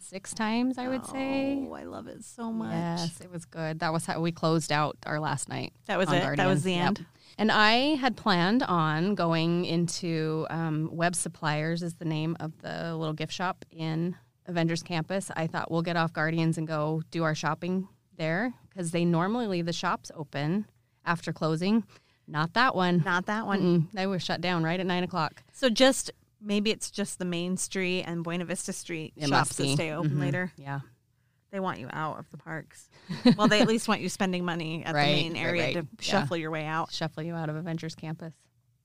Speaker 1: six times, I would say.
Speaker 2: Oh, I love it so much.
Speaker 1: Yes, it was good. That was how we closed out our last night.
Speaker 2: That was
Speaker 1: on
Speaker 2: it. That
Speaker 1: Guardians.
Speaker 2: was the
Speaker 1: Yep.
Speaker 2: end.
Speaker 1: And I had planned on going into um, Web Suppliers is the name of the little gift shop in Avengers Campus. I thought we'll get off Guardians and go do our shopping there because they normally leave the shops open after closing. Not that one.
Speaker 2: Not that one.
Speaker 1: Mm-mm. They were shut down right at nine o'clock.
Speaker 2: So just maybe it's just the main street and Buena Vista Street
Speaker 1: It
Speaker 2: shops
Speaker 1: must
Speaker 2: that
Speaker 1: be.
Speaker 2: stay open
Speaker 1: Mhm.
Speaker 2: later.
Speaker 1: Yeah.
Speaker 2: They want you out of the parks. well, they at least want you spending money at the
Speaker 1: Right,
Speaker 2: main
Speaker 1: right,
Speaker 2: area
Speaker 1: right.
Speaker 2: to
Speaker 1: Yeah.
Speaker 2: shuffle your way out.
Speaker 1: Shuffle you out of Avengers Campus.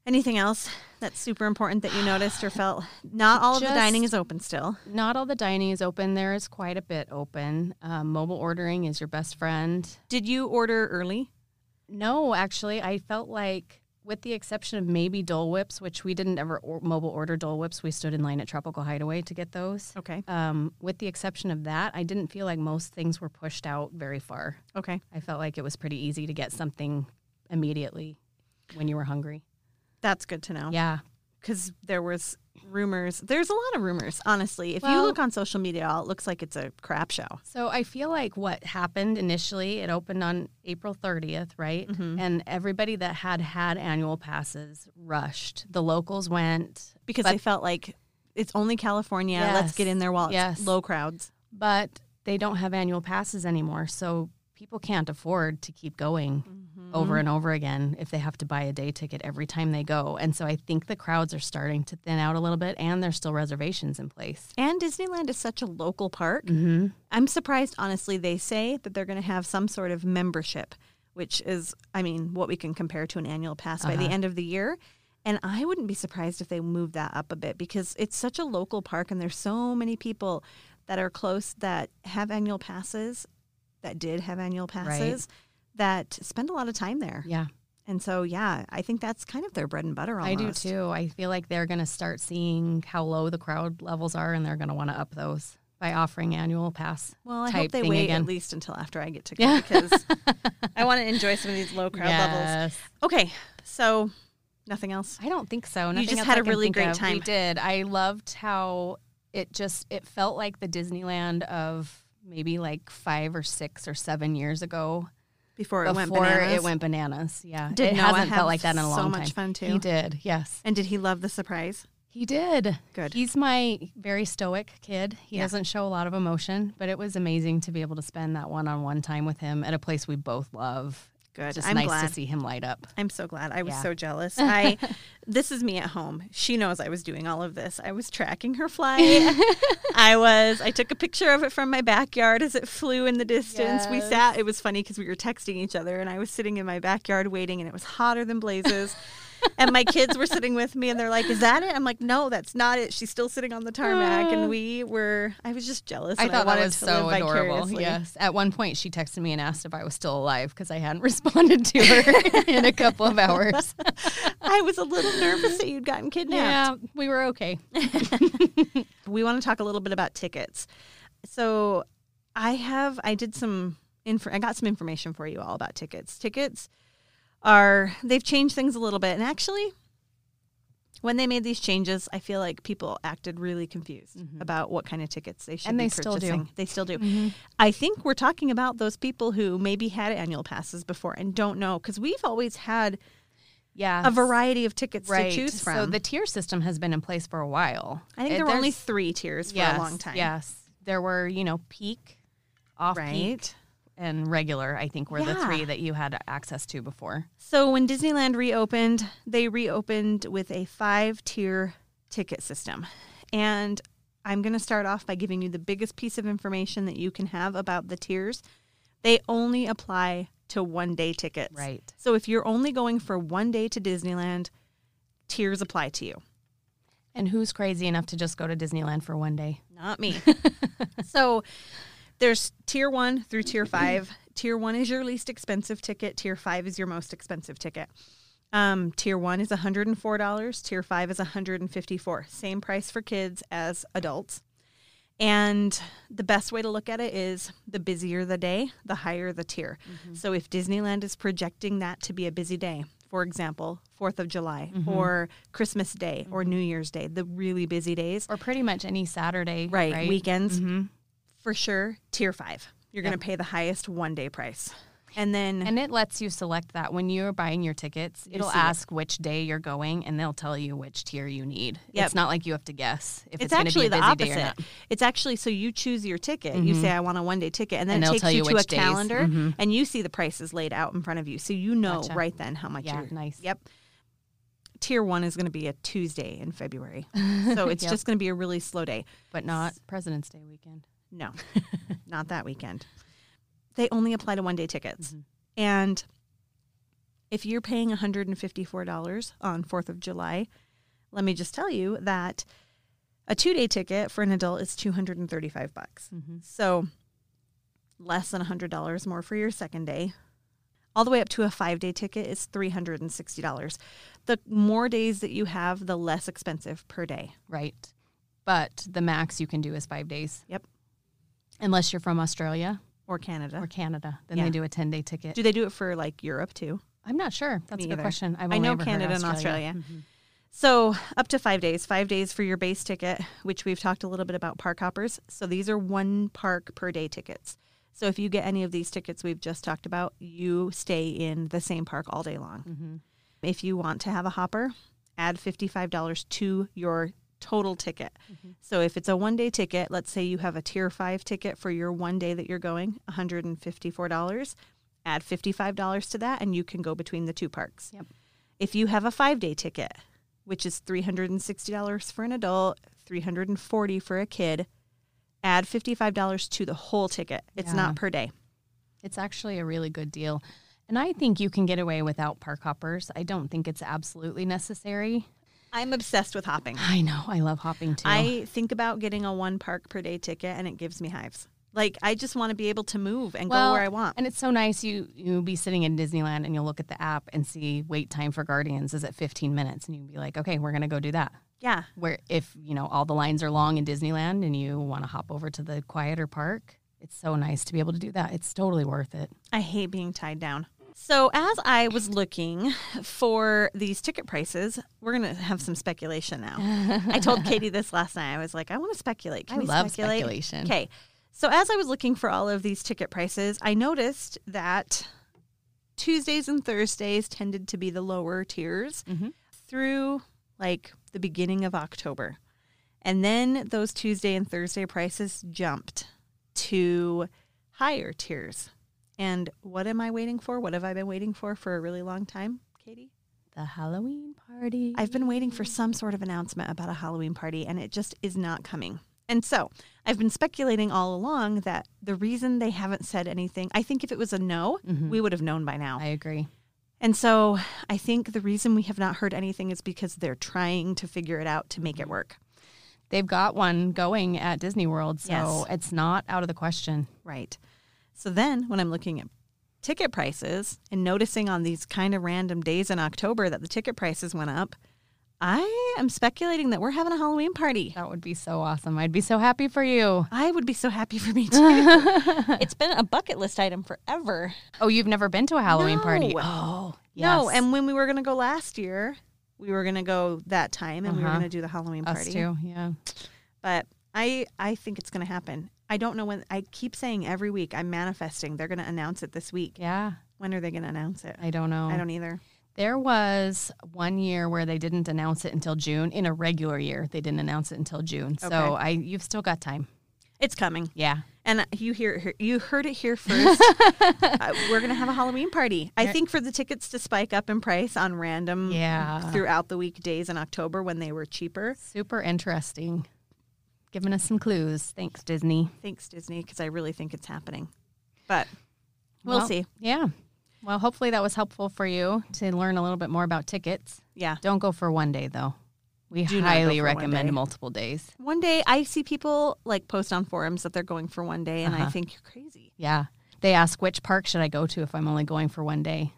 Speaker 2: Anything else that's super important that you noticed or felt? Not all of the dining is open still.
Speaker 1: Not all the dining is open. There is quite a bit open. Um, mobile ordering is your best friend.
Speaker 2: Did you order early?
Speaker 1: No, actually, I felt like, with the exception of maybe Dole Whips, which we didn't ever or- mobile order Dole Whips, we stood in line at Tropical Hideaway to get those.
Speaker 2: Okay.
Speaker 1: Um, with the exception of that, I didn't feel like most things were pushed out very far.
Speaker 2: Okay.
Speaker 1: I felt like it was pretty easy to get something immediately when you were hungry.
Speaker 2: That's good to know.
Speaker 1: Yeah.
Speaker 2: Because there was rumors. There's a lot of rumors, honestly. If you
Speaker 1: Well-
Speaker 2: look on social media, it looks like it's a crap show.
Speaker 1: So I feel like what happened initially, it opened on April 30th, right? And everybody that had had annual passes rushed. The locals went,
Speaker 2: Because
Speaker 1: But-
Speaker 2: they felt like it's only California. Let's
Speaker 1: Yes.
Speaker 2: get in there while it's
Speaker 1: Yes.
Speaker 2: low crowds.
Speaker 1: but they don't have annual passes anymore. So people can't afford to keep going over and over again if they have to buy a day ticket every time they go. And so I think the crowds are starting to thin out a little bit and there's still reservations in place.
Speaker 2: And Disneyland is such a local park.
Speaker 1: Mm-hmm.
Speaker 2: I'm surprised, honestly, they say that they're going to have some sort of membership, which is, I mean, what we can compare to an annual pass by
Speaker 1: Uh-huh.
Speaker 2: the end of the year. And I wouldn't be surprised if they move that up a bit because it's such a local park and there's so many people that are close that have annual passes, that did have annual passes, that spend a lot of time there.
Speaker 1: Yeah.
Speaker 2: And so, yeah, I think that's kind of their bread and butter almost.
Speaker 1: I do too. I feel like they're going to start seeing how low the crowd levels are and they're going to want to up those by offering annual pass.
Speaker 2: Well, I
Speaker 1: type
Speaker 2: hope they
Speaker 1: thing
Speaker 2: wait
Speaker 1: again.
Speaker 2: at least until after I get to go
Speaker 1: Yeah.
Speaker 2: because I want to enjoy some of these low crowd levels.
Speaker 1: yes.
Speaker 2: Okay, so nothing else.
Speaker 1: I don't think so.
Speaker 2: You
Speaker 1: Nothing
Speaker 2: just
Speaker 1: else
Speaker 2: had
Speaker 1: I
Speaker 2: a
Speaker 1: can
Speaker 2: really
Speaker 1: think
Speaker 2: great
Speaker 1: of.
Speaker 2: time.
Speaker 1: We did. I loved how it just it felt like the Disneyland of maybe like five or six or seven years ago
Speaker 2: Before it
Speaker 1: before
Speaker 2: went bananas.
Speaker 1: it went bananas. Yeah,
Speaker 2: Did
Speaker 1: it
Speaker 2: Noah
Speaker 1: hasn't
Speaker 2: have
Speaker 1: felt like that in a
Speaker 2: so
Speaker 1: long time.
Speaker 2: much fun, too?
Speaker 1: He did. Yes,
Speaker 2: and did he love the surprise?
Speaker 1: he did.
Speaker 2: Good.
Speaker 1: He's my very stoic kid. He
Speaker 2: Yeah.
Speaker 1: doesn't show a lot of emotion, but it was amazing to be able to spend that one-on-one time with him at a place we both love.
Speaker 2: Good.
Speaker 1: Just
Speaker 2: I'm
Speaker 1: nice
Speaker 2: glad.
Speaker 1: to see him light up.
Speaker 2: I'm so glad. I was
Speaker 1: Yeah.
Speaker 2: so jealous. I this is me at home. She knows I was doing all of this. I was tracking her flight. I was I took a picture of it from my backyard as it flew in the distance. We
Speaker 1: Yes.
Speaker 2: sat it was funny cuz we were texting each other and I was sitting in my backyard waiting and it was hotter than blazes. and my kids were sitting with me and they're like, "Is that it?" I'm like, "No, that's not it. She's still sitting on the tarmac." And we were I was just jealous.
Speaker 1: Ah. I
Speaker 2: and
Speaker 1: thought that
Speaker 2: wanted
Speaker 1: was
Speaker 2: to
Speaker 1: so
Speaker 2: live
Speaker 1: adorable.
Speaker 2: vicariously.
Speaker 1: Yes. At one point, she texted me and asked if I was still alive because I hadn't responded to her in a couple of hours.
Speaker 2: I was a little nervous that you'd gotten kidnapped.
Speaker 1: Yeah, we were okay.
Speaker 2: we want to talk a little bit about tickets. So I have I did some inf- I got some information for you all about tickets. Tickets are they've changed things a little bit and actually when they made these changes, I feel like people acted really confused about what kind of tickets they
Speaker 1: Mm-hmm.
Speaker 2: should
Speaker 1: And
Speaker 2: be
Speaker 1: they still
Speaker 2: purchasing.
Speaker 1: do. Mm-hmm.
Speaker 2: They still do. I think we're talking about those people who maybe had annual passes before and don't know because we've always had
Speaker 1: Yeah.
Speaker 2: a variety of tickets to choose from.
Speaker 1: So the tier system has been in place for a while.
Speaker 2: I think
Speaker 1: It-
Speaker 2: there were only
Speaker 1: there's-
Speaker 2: three tiers for
Speaker 1: yes,
Speaker 2: a long time.
Speaker 1: Yes. There were, you know, peak, off peak,
Speaker 2: Right.
Speaker 1: and regular, I think were the
Speaker 2: Yeah.
Speaker 1: three that you had access to before.
Speaker 2: So when Disneyland reopened, they reopened with a five tier ticket system. And I'm going to start off by giving you the biggest piece of information that you can have about the tiers. They only apply to one day tickets.
Speaker 1: Right.
Speaker 2: So if you're only going for one day to Disneyland, tiers apply to you.
Speaker 1: And who's crazy enough to just go to Disneyland for one day?
Speaker 2: Not me. so there's tier one through tier five. Tier one is your least expensive ticket. Tier five is your most expensive ticket. Um, tier one is $104. Tier five is $154. Same price for kids as adults. And the best way to look at it is the busier the day, the higher the tier. So if Disneyland is projecting that to be a busy day, for example, 4th of July or Christmas Day or New Year's Day, the really busy days,
Speaker 1: Or pretty much any Saturday,
Speaker 2: right,
Speaker 1: right? Mm-hmm.
Speaker 2: weekends for sure tier five you're going to pay the highest one day price and then
Speaker 1: And it lets you select that when you're buying your tickets, it'll
Speaker 2: see it.
Speaker 1: ask which day you're going and they'll tell you which tier you need.
Speaker 2: Yep.
Speaker 1: It's not like you have to guess if it's,
Speaker 2: it's
Speaker 1: going to be
Speaker 2: actually
Speaker 1: a busy
Speaker 2: the
Speaker 1: day or
Speaker 2: opposite
Speaker 1: not.
Speaker 2: it's actually so you choose your ticket you say i want a one day ticket and then
Speaker 1: Mm-hmm. And they'll
Speaker 2: it takes
Speaker 1: tell
Speaker 2: you,
Speaker 1: you
Speaker 2: to a
Speaker 1: which days. Mm-hmm.
Speaker 2: calendar and you see the prices laid out in front of you so you know right then how much
Speaker 1: Yeah,
Speaker 2: you're
Speaker 1: nice.
Speaker 2: yep tier one is going to be a tuesday in february so it's just going to be a really slow day
Speaker 1: But not President's Day weekend.
Speaker 2: No, not that weekend. They only apply to one day tickets. And if you're paying $154 on 4th of July, let me just tell you that a two day ticket for an adult is 235 bucks. So less than $100 more for your second day. All the way up to a five day ticket is $360. The more days that you have, the less expensive per day.
Speaker 1: Right. But the max you can do is five days,
Speaker 2: Yep.
Speaker 1: unless you're from Australia
Speaker 2: Or Canada.
Speaker 1: or Canada. Then
Speaker 2: Yeah.
Speaker 1: they do a 10 day ticket.
Speaker 2: Do they do it for like Europe too?
Speaker 1: I'm not sure. That's
Speaker 2: Me
Speaker 1: a good
Speaker 2: either.
Speaker 1: question. I've
Speaker 2: I
Speaker 1: only
Speaker 2: know
Speaker 1: ever heard
Speaker 2: Canada and
Speaker 1: Australia. Mm-hmm.
Speaker 2: Australia. So up to five days, five days for your base ticket, which we've talked a little bit about park hoppers. So these are one park per day tickets. So if you get any of these tickets we've just talked about, you stay in the same park all day long. If you want to have a hopper, add $55 to your total ticket. So if it's a one day ticket, let's say you have a tier five ticket for your one day that you're going, $154. Add $55 to that, and you can go between the two parks.
Speaker 1: Yep.
Speaker 2: If you have a five day ticket, which is $360 for an adult, $340 for a kid, add $55 to the whole ticket. It's
Speaker 1: Yeah.
Speaker 2: not per day.
Speaker 1: It's actually a really good deal. And I think you can get away without park hoppers. I don't think it's absolutely necessary.
Speaker 2: I'm obsessed with hopping.
Speaker 1: I know. I love hopping too.
Speaker 2: I think about getting a one park per day ticket and it gives me hives. Like I just want to be able to move and
Speaker 1: Well,
Speaker 2: go where I want.
Speaker 1: And it's so nice you you'll be sitting in Disneyland and you'll look at the app and see wait time for Guardians is at 15 minutes and you'll be like, okay, we're gonna go do that.
Speaker 2: yeah.
Speaker 1: Where if you know all the lines are long in Disneyland and you want to hop over to the quieter park, it's so nice to be able to do that. It's totally worth it.
Speaker 2: I hate being tied down. So, as I was looking for these ticket prices, we're going to have some speculation now. I told Katie this last night. I was like, I want to speculate. Can
Speaker 1: I
Speaker 2: we
Speaker 1: love
Speaker 2: speculate?
Speaker 1: speculation.
Speaker 2: Okay. So, as I was looking for all of these ticket prices, I noticed that Tuesdays and Thursdays tended to be the lower tiers
Speaker 1: Mhm.
Speaker 2: through like the beginning of October. And then those Tuesday and Thursday prices jumped to higher tiers. And what am I waiting for? What have I been waiting for for a really long time, Katie?
Speaker 1: The Halloween party.
Speaker 2: I've been waiting for some sort of announcement about a Halloween party, and it just is not coming. And so I've been speculating all along that the reason they haven't said anything, I think if it was a no, we would have known by now.
Speaker 1: I agree.
Speaker 2: And so I think the reason we have not heard anything is because they're trying to figure it out to make it work.
Speaker 1: They've got one going at Disney World, so
Speaker 2: Yes.
Speaker 1: it's not out of the question.
Speaker 2: Right. So then when I'm looking at ticket prices and noticing on these kind of random days in October that the ticket prices went up, I am speculating that we're having a Halloween party.
Speaker 1: That would be so awesome. I'd be so happy for you.
Speaker 2: I would be so happy for me too. it's been a bucket list item forever.
Speaker 1: Oh, you've never been to a Halloween party?
Speaker 2: No.
Speaker 1: Oh,
Speaker 2: No,
Speaker 1: yes.
Speaker 2: and when we were going to go last year, we were going to go that time and we were
Speaker 1: Uh-huh.
Speaker 2: going to do the Halloween
Speaker 1: us
Speaker 2: party.
Speaker 1: too. Yeah.
Speaker 2: But I I think it's going to happen. I don't know when. I keep saying every week I'm manifesting. They're going to announce it this week.
Speaker 1: Yeah.
Speaker 2: When are they going to announce it?
Speaker 1: I don't know.
Speaker 2: I don't either.
Speaker 1: There was one year where they didn't announce it until June. In a regular year, they didn't announce it until June. So
Speaker 2: Okay.
Speaker 1: I, you've still got time.
Speaker 2: It's coming.
Speaker 1: Yeah.
Speaker 2: And you hear it here- you heard it here first. uh, we're gonna have a Halloween party. I think for the tickets to spike up in price on random
Speaker 1: Yeah.
Speaker 2: throughout the week days in October when they were cheaper.
Speaker 1: Super interesting. Giving us some clues. Thanks, Disney.
Speaker 2: Thanks Disney, because I really think it's happening. But we'll,
Speaker 1: Well,
Speaker 2: see.
Speaker 1: Yeah. Well, hopefully that was helpful for you to learn a little bit more about tickets.
Speaker 2: Yeah.
Speaker 1: Don't go for one day though. We
Speaker 2: Do not go
Speaker 1: highly
Speaker 2: for one
Speaker 1: recommend
Speaker 2: day.
Speaker 1: multiple days.
Speaker 2: One day I see people like post on forums that they're going for one day, and I think you're crazy.
Speaker 1: Yeah. They ask which park should I go to if I'm only going for one day.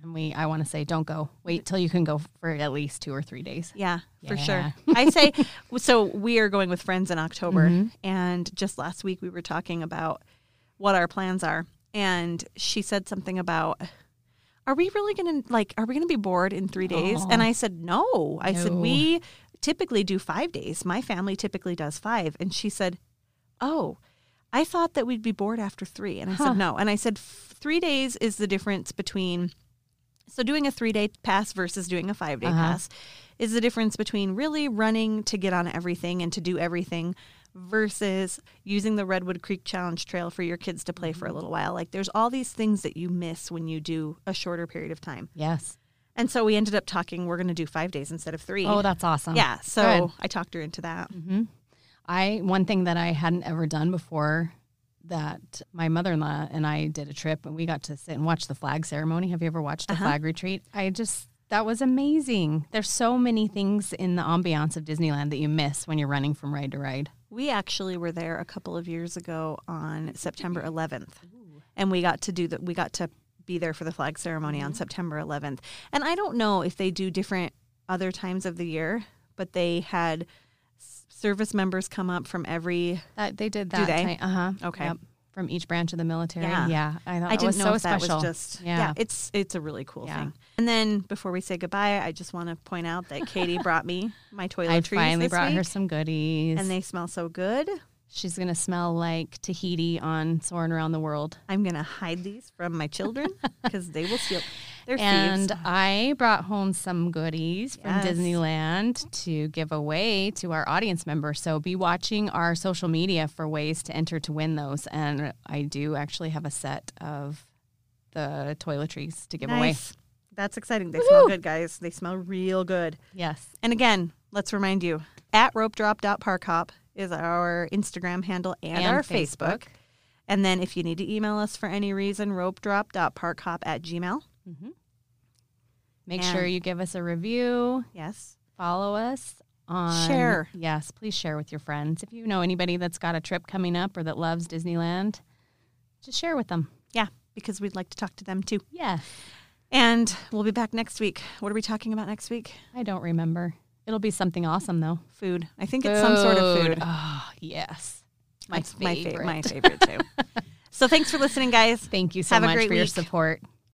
Speaker 1: And we I want to say don't go. Wait till you can go for at least 2 or 3 days.
Speaker 2: Yeah, for
Speaker 1: Yeah.
Speaker 2: sure. I say so. We are going with friends in October, and just last week we were talking about what our plans are, and she said something about. Are we really going to like are we going to be bored in 3 days? And I said, "No." I said,
Speaker 1: No.
Speaker 2: "We typically do 5 days. My family typically does 5." And she said, "Oh, I thought that we'd be bored after 3." And I said, "No." And I said, "F- 3 days is the difference between so doing a three day pass versus doing a five day pass is the difference between really running to get on everything and to do everything versus using the Redwood Creek Challenge Trail for your kids to play for a little while. Like there's all these things that you miss when you do a shorter period of time.
Speaker 1: Yes.
Speaker 2: And so we ended up talking, we're going to do five days instead of three.
Speaker 1: Oh, that's awesome.
Speaker 2: yeah. So
Speaker 1: Good. Mm-hmm.
Speaker 2: I talked her into that.
Speaker 1: I one thing that I hadn't ever done before that my mother-in-law and I did a trip and we got to sit and watch the flag ceremony. Have you ever watched a
Speaker 2: Uh-huh.
Speaker 1: flag retreat? I just that was amazing. There's so many things in the ambiance of Disneyland that you miss when you're running from ride to ride.
Speaker 2: We actually were there a couple of years ago on September 11th, and we got to do that. We got to be there for the flag ceremony
Speaker 1: Mm-hmm.
Speaker 2: on September 11th. And I don't know if they do different other times of the year, but they had s- service members come up from every.
Speaker 1: That they did that.
Speaker 2: they?
Speaker 1: Uh huh.
Speaker 2: Okay.
Speaker 1: From each branch of the military.
Speaker 2: Yeah.
Speaker 1: Yeah. I thought
Speaker 2: I
Speaker 1: that Oh, was
Speaker 2: didn't know
Speaker 1: so
Speaker 2: if that
Speaker 1: special.
Speaker 2: was just yeah.
Speaker 1: yeah.
Speaker 2: It's it's a really cool
Speaker 1: Yeah.
Speaker 2: thing. And then before we say goodbye, I just want to point out that Katie brought me my toiletries.
Speaker 1: I finally
Speaker 2: this
Speaker 1: brought her
Speaker 2: week,
Speaker 1: some goodies.
Speaker 2: and they smell so good.
Speaker 1: She's gonna smell like Tahiti on Soaring Around the World.
Speaker 2: I'm gonna hide these from my children because they will steal. They're thieves.
Speaker 1: And I brought home some goodies from
Speaker 2: Yes.
Speaker 1: Disneyland to give away to our audience members. So be watching our social media for ways to enter to win those. And I do actually have a set of the toiletries to give away.
Speaker 2: Nice. That's exciting. They smell good, guys. They smell real good.
Speaker 1: Yes.
Speaker 2: And again, let's remind you at ropedrop.parkhop is our Instagram handle and,
Speaker 1: And
Speaker 2: our Facebook.
Speaker 1: Facebook.
Speaker 2: And then if you need to email us for any reason, ropedrop.parkhop at gmail.
Speaker 1: Make sure
Speaker 2: And-
Speaker 1: you give us a review,
Speaker 2: Yes.
Speaker 1: follow us on
Speaker 2: Share.
Speaker 1: Yes, please share with your friends. If you know anybody that's got a trip coming up or that loves Disneyland, just share with them.
Speaker 2: Yeah, because we'd like to talk to them too.
Speaker 1: Yeah.
Speaker 2: And we'll be back next week. What are we talking about next week?
Speaker 1: I don't remember. It'll be something awesome though.
Speaker 2: Food. I think it's some sort of food.
Speaker 1: Oh, yes. My
Speaker 2: That's my favorite.
Speaker 1: favorite.
Speaker 2: My favorite too. so thanks for listening, guys.
Speaker 1: Thank you so
Speaker 2: Have a
Speaker 1: much
Speaker 2: great
Speaker 1: for your
Speaker 2: week.
Speaker 1: support.